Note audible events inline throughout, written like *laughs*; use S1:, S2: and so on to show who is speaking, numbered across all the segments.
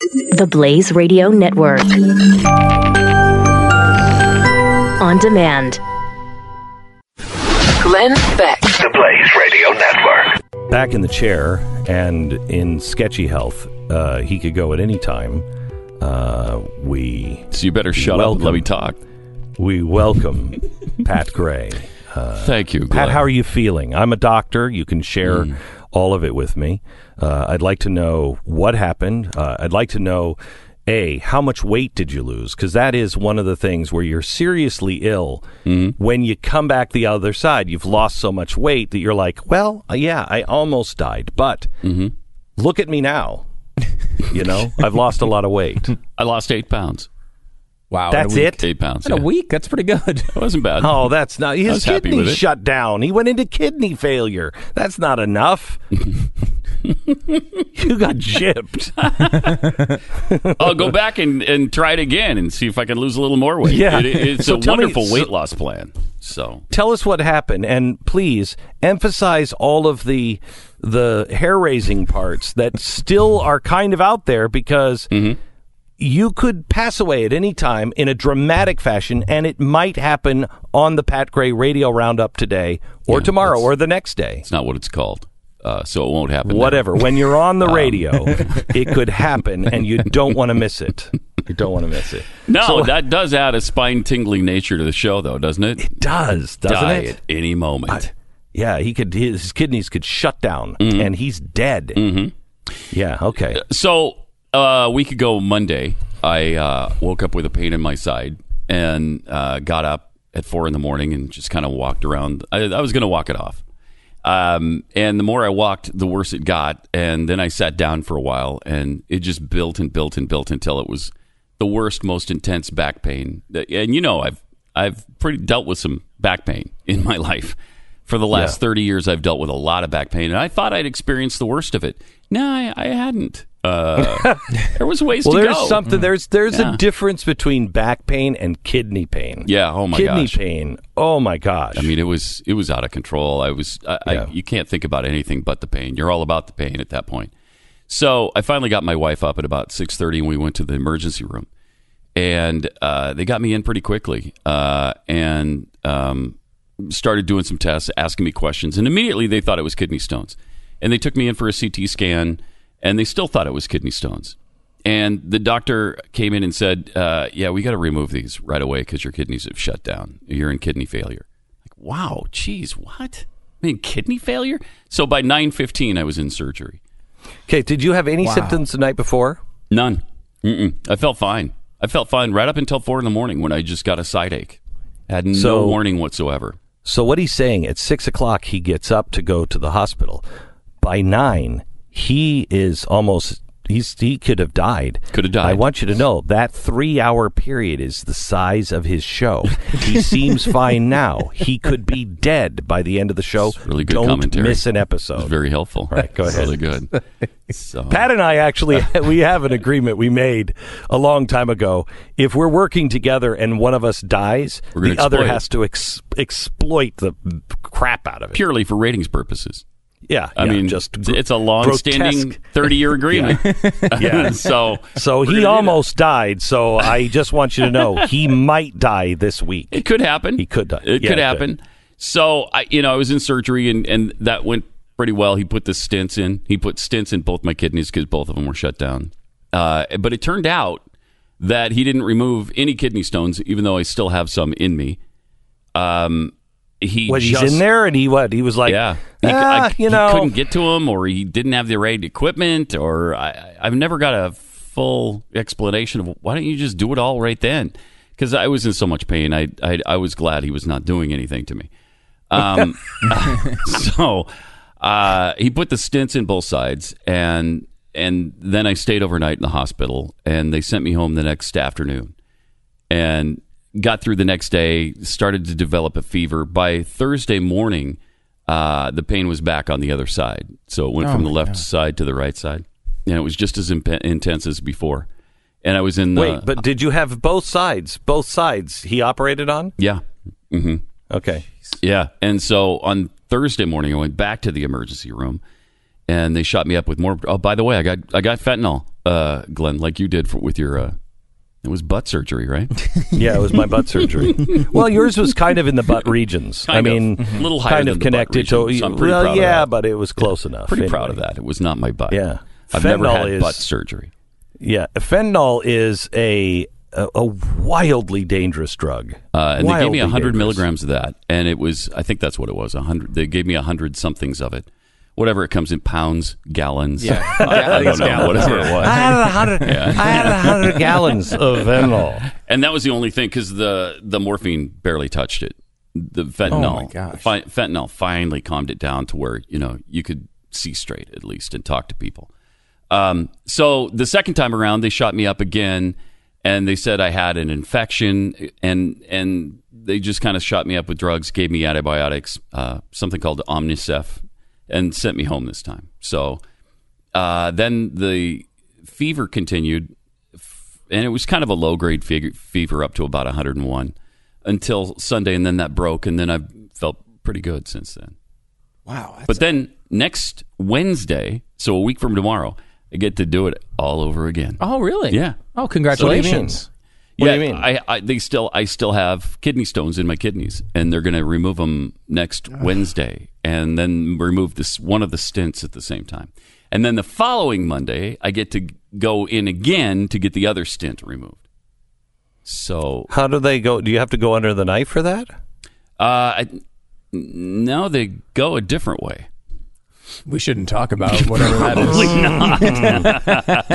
S1: the Blaze Radio Network. On demand.
S2: Glenn Beck.
S3: The Blaze Radio Network.
S4: Back in the chair and in sketchy health, uh, he could go at any time. Uh, we
S5: So you better shut up
S4: Welcome.
S5: and let me talk.
S4: we welcome Pat Gray.
S5: Thank you, Glenn.
S4: Pat, how are you feeling? I'm a doctor. You can share all of it with me. Uh, I'd like to know what happened. Uh, I'd like to know, A, how much weight did you lose? Because that is one of the things where you're seriously ill. When you come back the other side, you've lost so much weight that you're like, well, uh, yeah, I almost died, but look at me now. you know, I've lost a lot of weight.
S5: I lost eight pounds.
S6: Wow. in a
S4: That's
S6: week.
S4: it.
S5: Eight pounds.
S6: In a
S5: yeah.
S6: week, that's pretty good. *laughs*
S5: That wasn't bad.
S4: Oh, that's not his
S5: was happy with
S4: kidney
S5: it.
S4: shut down. He went into kidney failure. That's not
S5: *laughs*
S4: enough. you got gypped.
S5: I'll go back and, and try it again and see if I can lose a little more weight.
S4: Yeah.
S5: It- it's
S4: So
S5: a
S4: tell me-
S5: wonderful
S4: so-
S5: weight loss plan. So
S4: Tell us what happened, and please emphasize all of the the hair raising parts that still are kind of out there because.
S5: Mm-hmm.
S4: You could pass away at any time in a dramatic fashion, and it might happen on the Pat Gray radio roundup today or
S5: Yeah,
S4: tomorrow
S5: that's-
S4: or the next day.
S5: it's not what it's called. Uh, so it won't happen.
S4: whatever. When you're on the
S5: Um, *laughs*
S4: radio, it could happen, and you don't want to miss it. You don't want to miss it.
S5: then. No, that does add a spine tingling nature to the show, though, doesn't it?
S4: Does doesn't
S5: Die
S4: it?
S5: at any moment.
S4: Yeah, he could. His kidneys could shut down,
S5: Mm-hmm.
S4: and he's dead. Yeah. Okay.
S5: so uh, a week ago Monday, I uh, woke up with a pain in my side and uh, got up at four in the morning and just kind of walked around. I, I was going to walk it off, um, and the more I walked, the worse it got. And then I sat down for a while, and it just built and built and built until it was the worst, most intense back pain. that- And you know, I've I've pretty dealt with some back pain in my *laughs* life. For the last 30 years, I've dealt with a lot of back pain, and I thought I'd experienced the worst of it. No, I, I hadn't.
S4: *laughs*
S5: Uh, there was ways
S4: Well,
S5: to
S4: there's
S5: go. Mm.
S4: something. There's there's
S5: Yeah.
S4: a difference between back pain and kidney pain.
S5: Yeah, oh my
S4: kidney
S5: gosh.
S4: pain. Oh my gosh.
S5: I mean, it was it was out of control. I was I,
S4: Yeah.
S5: I, you can't think about anything but the pain. You're all about the pain at that point. So I finally got my wife up at about six thirty, and we went to the emergency room, and uh, they got me in pretty quickly, uh, and um, started doing some tests, asking me questions, and immediately they thought it was kidney stones, and they took me in for a CT scan, and they still thought it was kidney stones. And the doctor came in and said, uh, "Yeah, we got to remove these right away because your kidneys have shut down. You're in kidney failure." Like, wow, geez, what? I mean, kidney failure. So by nine fifteen, I was in surgery.
S4: okay. Did you have any symptoms the night before?
S5: None. Mm-mm. I felt fine. I felt fine right up until four in the morning when I just got a side ache. I had no
S4: So-
S5: warning whatsoever.
S4: So what he's saying at six o'clock he gets up to go to the hospital. By nine, he is almost he's he could have died.
S5: Could have died.
S4: I want you to know that three hour period is the size of his show.
S5: *laughs*
S4: he seems fine now. He could be dead by the end of the show.
S5: It's really good
S4: Don't
S5: commentary.
S4: miss an
S5: It was
S4: episode.
S5: very helpful.
S4: right, go
S5: It's
S4: ahead. *laughs*
S5: Really good. So,
S4: Pat and I
S5: *laughs*
S4: actually we have an agreement we made a long time ago. If we're working together and one of us dies,
S5: We're gonna
S4: the other
S5: exploit it.
S4: has to ex- exploit the crap out of it.
S5: purely for ratings purposes.
S4: Yeah,
S5: I
S4: yeah,
S5: mean,
S4: just
S5: it's-
S4: gr-
S5: it's a long-standing
S4: grotesque.
S5: thirty-year agreement.
S4: *laughs* Yeah. *laughs*
S5: *laughs* so,
S4: So
S5: we're gonna
S4: he
S5: do that.
S4: almost died. So I just want you to know
S5: *laughs*
S4: he might die this week.
S5: It could happen.
S4: He could die.
S5: It
S4: Yeah, it
S5: could
S4: could.
S5: happen. So I, you know, I was in surgery and and that went pretty well. He put the stents in. He put stents in both my kidneys because both of them were shut down. Uh, but it turned out that he didn't remove any kidney stones, even though I still have some in me. Um, he
S4: Well, he's
S5: just,
S4: in there, and he what? He was like,
S5: yeah, he, c-
S4: ah,
S5: I-
S4: you
S5: he
S4: know,
S5: couldn't get to him, or he didn't have the right equipment, or I- I, I've never got a full explanation of why don't you just do it all right then? Because I was in so much pain, I, I I was glad he was not doing anything to me. Um, *laughs* so uh, he put the stints in both sides, and and then I stayed overnight in the hospital, and they sent me home the next afternoon, and got through the next day. Started to develop a fever. By Thursday morning, uh, the pain was back on the other side, so it went from the left side to the right side, and it was just as imp- intense as before. And I was in the
S4: Wait, but did you have both sides? Both sides he operated on.
S5: yeah, hmm
S4: Okay,
S5: Yeah. And so on Thursday morning, I went back to the emergency room, and they shot me up with more. Oh, by the way, I got I got fentanyl. uh, Glenn, like you did for, with your. Uh, it was butt
S4: *laughs*
S5: surgery, right?
S4: Yeah, it was my butt
S5: *laughs*
S4: surgery. well, yours was kind of in the butt regions.
S5: Kind
S4: I
S5: of.
S4: mean,
S5: Mhm. Little higher
S4: kind of
S5: than the butt
S4: connected
S5: region,
S4: to.
S5: so I'm pretty
S4: well,
S5: proud of
S4: yeah,
S5: that.
S4: but it was close enough.
S5: Pretty
S4: anyway.
S5: proud of that. It was not my butt.
S4: Yeah.
S5: I've never
S4: Fentanyl
S5: had
S4: is-
S5: butt surgery.
S4: Yeah, fentanyl is a a, a wildly dangerous drug.
S5: Uh, and they gave me
S4: Wildly
S5: 100
S4: dangerous.
S5: milligrams of that. And it was, I think that's what it was. 100. They gave me 100 somethings of it. Whatever it comes in pounds, gallons. Yeah. *laughs* I don't know. Whatever it was.
S4: I had a hundred. *laughs* I had a *laughs* hundred gallons of fentanyl.
S5: And that was the only thing because the the morphine barely touched it. The fentanyl,
S6: Oh my gosh.
S5: fi- fentanyl finally calmed it down to where you know you could see straight at least and talk to people. Um, so the second time around, they shot me up again, and they said I had an infection, and and they just kind of shot me up with drugs, gave me antibiotics, uh, something called Omnicef, and sent me home this time. So uh, then the fever continued, f- and it was kind of a low grade fig- fever up to about 101 until Sunday, and then that broke, and then I've felt pretty good since then.
S6: Wow.
S5: But then next Wednesday, so a week from tomorrow, I get to do it all over again.
S6: oh, really?
S5: Yeah.
S6: Oh, congratulations.
S4: What
S5: yeah,
S4: do you mean?
S5: I, I they still I still have kidney stones in my kidneys, and they're going to remove them next Wednesday, and then remove this one of the stints at the same time, and then the following Monday I get to go in again to get the other stint removed. So
S4: How do they go? Do you have to go under the knife for that?
S5: uh, I, now they go a different way.
S6: We shouldn't talk about
S5: *laughs*
S6: whatever that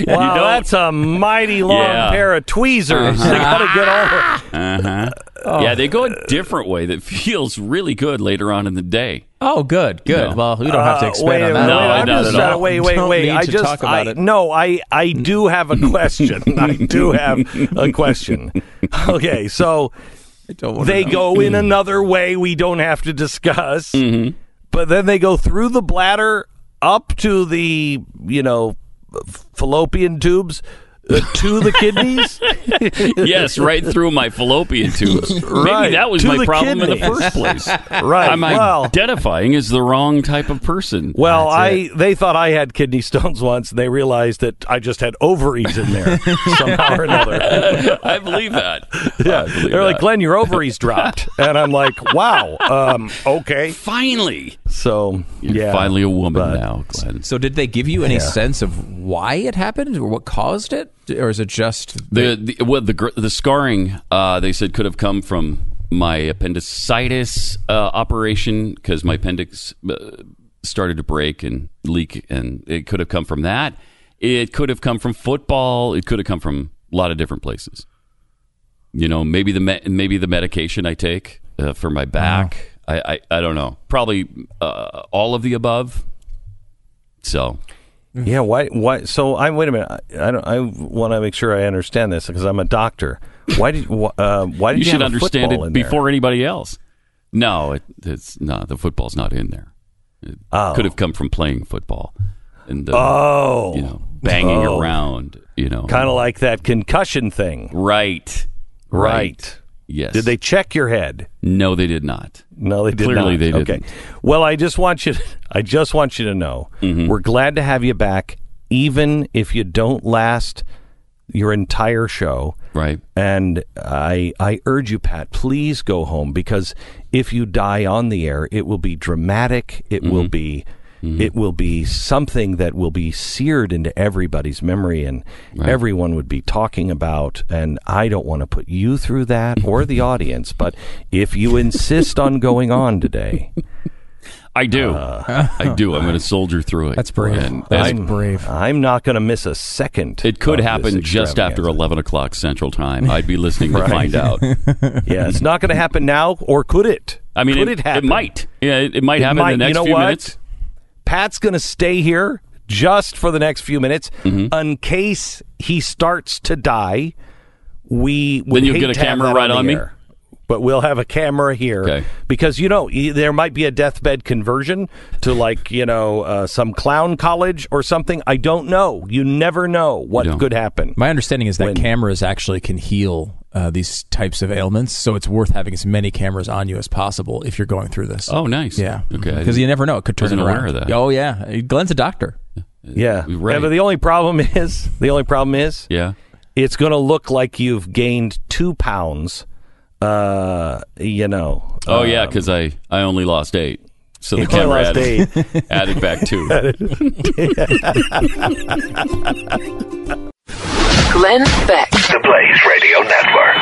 S6: is.
S4: Wow, that's a mighty long
S5: Yeah.
S4: pair of tweezers. *laughs*
S6: Uh-huh.
S4: They gotta get all. Oh.
S5: Yeah, they go a different way that *laughs* feels really good later on in the day.
S6: Oh, good, good.
S5: No.
S6: Well, we don't have to
S4: Uh, wait,
S6: *laughs* expand on
S4: a
S6: that.
S4: minute,
S5: No,
S4: I'm
S5: not
S4: just,
S5: at
S4: uh,
S5: all.
S4: Wait, wait,
S6: Don't
S4: wait.
S6: need
S4: I
S6: to
S4: just,
S6: talk about
S4: I,
S6: it.
S4: no, I, I do have
S6: *laughs*
S4: a question. I do have a question. Okay, so they go in another way we don't have to discuss,
S5: Mm-hmm.
S4: but then they go through the bladder up to the you know fallopian tubes uh, to the kidneys.
S5: *laughs* yes,
S4: *laughs*
S5: right through my fallopian tubes.
S4: Right,
S5: Maybe that was
S4: to
S5: my
S4: the
S5: problem in the
S4: kidneys.
S5: first place.
S4: *laughs* Right.
S5: I'm
S4: well,
S5: identifying as the wrong type of person.
S4: Well, I they thought I had kidney stones once, and they realized that I just had ovaries in
S5: *laughs*
S4: there somehow or another.
S5: *laughs* I believe that. I
S4: Yeah,
S5: believe
S4: they're like,
S5: that.
S4: Glenn, your ovaries dropped, and I'm like, wow, um, okay.
S5: finally,
S4: So
S5: you're
S4: yeah,
S5: finally a woman
S4: but-
S5: now, Glenn.
S6: So, did they give you any sense of why it happened or what caused it, or is it just
S5: The, the well, the gr- the scarring uh, they said could have come from my appendicitis uh, operation because my appendix uh, started to break and leak, and it could have come from that. It could have come from football. It could have come from a lot of different places. You know, maybe the me- maybe the medication I take uh, for my back. I, I I don't know. Probably uh, all of the above. So
S4: Yeah, why? Why? So I wait a minute. I, I don't. I want to make sure I understand this because I'm a doctor. Why did? wh- Uh, why did
S5: you
S4: you,
S5: should
S4: have a
S5: understand
S4: football
S5: it
S4: in there?
S5: before anybody else. No, it, it's no. The football's not in there. It
S4: Oh.
S5: could have come from playing football and the,
S4: Oh,
S5: you know banging
S4: Oh.
S5: around. You know,
S4: kind of like that concussion thing,
S5: right,
S4: right?
S5: Yes.
S4: Did they check your head?
S5: No, they did not.
S4: No, they did
S5: Clearly
S4: not.
S5: they didn't.
S4: Okay. Well, I just want you. *laughs* I just want you to know
S5: Mm-hmm.
S4: we're glad to have you back, even if you don't last your entire show.
S5: Right.
S4: And I, I urge you, Pat, please go home because if you die on the air, it will be dramatic. It
S5: Mm-hmm.
S4: will be. It will be something that will be seared into everybody's memory, and everyone would be talking about. And I don't want to put you through that or
S5: *laughs*
S4: the audience, but if you insist on going on today,
S5: I do.
S4: Uh.
S5: *laughs* I do. I'm
S4: *laughs*
S5: going to soldier through it.
S6: That's brave.
S5: And-
S6: That's
S5: and
S6: brave.
S4: I'm not going to miss a second.
S5: it could
S4: of this
S5: happen just after
S4: extravaganza.
S5: 11 o'clock Central Time. I'd be listening to
S4: *laughs*
S5: find out.
S4: Yeah, it's not going to happen now, or could it?
S5: I mean,
S4: could
S5: it,
S4: it, happen?
S5: might. Yeah, it, it might happen in the next
S4: you know
S5: few
S4: what?
S5: minutes.
S4: Pat's going to stay here just for the next few minutes
S5: Mm-hmm.
S4: in case he starts to die. We would
S5: Then you'll
S4: hate
S5: get a
S4: to have
S5: camera
S4: that
S5: right
S4: on,
S5: on
S4: the
S5: me?
S4: air, But we'll have a camera here
S5: Okay.
S4: because you know e- there might be a deathbed conversion to like you know uh, some clown college or something. I don't know. You never know
S5: You
S4: what
S5: don't.
S4: could happen.
S6: My understanding is that
S4: When-
S6: cameras actually can heal uh, these types of ailments, so it's worth having as many cameras on you as possible if you're going through this.
S5: Oh, nice.
S6: yeah,
S5: Okay. I
S6: because you never know; it could turn
S5: wasn't
S6: it around.
S5: aware of that.
S6: Oh yeah, Glenn's a doctor.
S4: Yeah.
S5: You're right.
S4: Yeah, But the only problem *laughs* is the only problem is
S5: Yeah.
S4: it's going to look like you've gained two pounds. Uh, you know.
S5: Oh
S4: uh,
S5: yeah, because I I only lost eight, so the
S4: You only
S5: camera
S4: lost
S5: added, added back
S4: *laughs*
S5: two.
S2: Glenn Beck.
S3: The Blaze Radio Network.